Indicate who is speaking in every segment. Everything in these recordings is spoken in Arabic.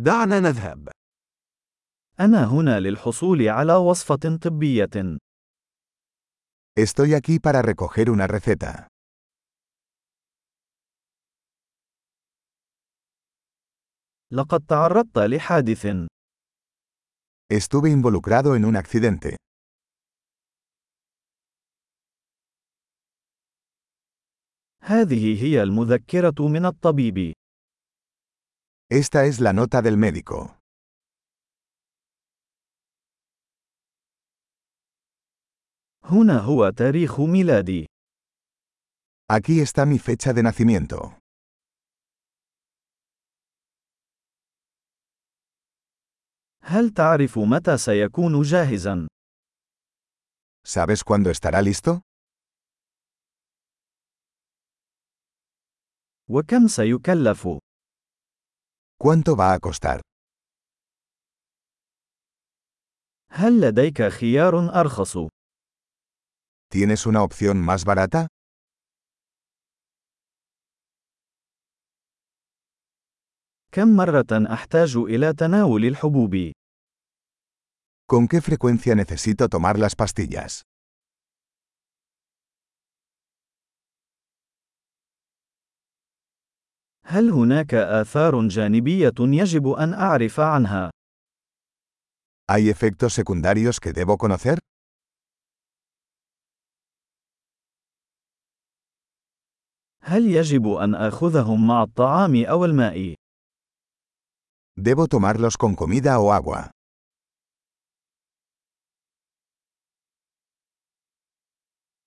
Speaker 1: دعنا نذهب.
Speaker 2: أنا هنا للحصول على وصفة طبية.
Speaker 3: Estoy aquí para recoger una receta.
Speaker 2: لقد تعرضت لحادث.
Speaker 3: Estuve involucrado en un accidente.
Speaker 2: هذه هي المذكرة من الطبيب.
Speaker 3: Esta es la nota del médico.
Speaker 2: هنا هو تاريخ ميلادي.
Speaker 3: Aquí está mi fecha de nacimiento.
Speaker 2: هل تعرف متى سيكون جاهزا؟
Speaker 3: ¿Sabes cuándo estará listo?
Speaker 2: وكم سيكلف؟
Speaker 3: ¿Cuánto va a costar?
Speaker 2: هل لديك خيار أرخص؟
Speaker 3: ¿Tienes una opción más barata?
Speaker 2: كم مرة أحتاج إلى تناول الحبوب؟
Speaker 3: ¿Con qué frecuencia necesito tomar las pastillas?
Speaker 2: هل هناك آثار جانبية يجب أن أعرف عنها؟
Speaker 3: ¿Hay efectos secundarios que debo conocer?
Speaker 2: هل يجب أن آخذهم مع الطعام أو الماء؟
Speaker 3: ¿Debo tomarlos con comida o agua?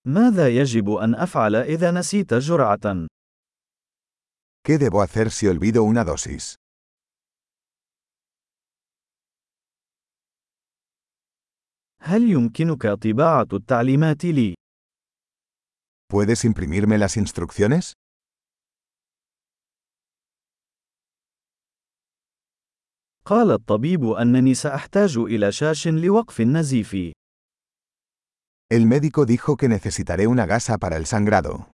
Speaker 2: ماذا يجب أن أفعل إذا نسيت جرعة؟
Speaker 3: ¿Qué debo hacer si olvido una dosis?
Speaker 2: هل يمكنك طباعة التعليمات لي؟
Speaker 3: ¿Puedes imprimirme las instrucciones?
Speaker 2: قال الطبيب أنني سأحتاج إلى شاش لوقف النزيف.
Speaker 3: El médico dijo que necesitaré una gasa para el sangrado.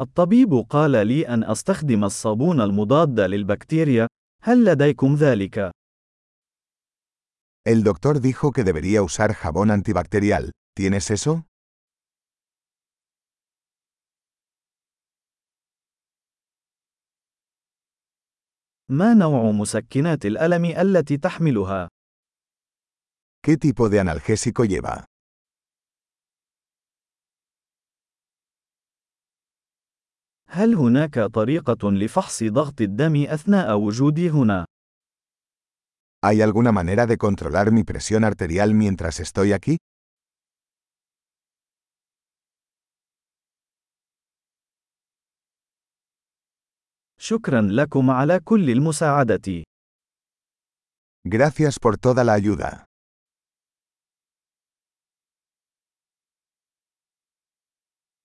Speaker 2: الطبيب قال لي أن أستخدم الصابون المضاد للبكتيريا. هل لديكم ذلك؟
Speaker 3: El doctor dijo que debería usar jabón antibacterial. ¿Tienes eso?
Speaker 2: ما نوع مسكنات الألم التي تحملها؟
Speaker 3: ¿Qué tipo de analgésico lleva?
Speaker 2: هل هناك طريقة لفحص ضغط الدم أثناء وجودي هنا؟
Speaker 3: ¿Hay alguna manera de controlar mi presión arterial mientras estoy aquí?
Speaker 2: شكرا لكم على كل المساعدة.
Speaker 3: Gracias por toda la ayuda.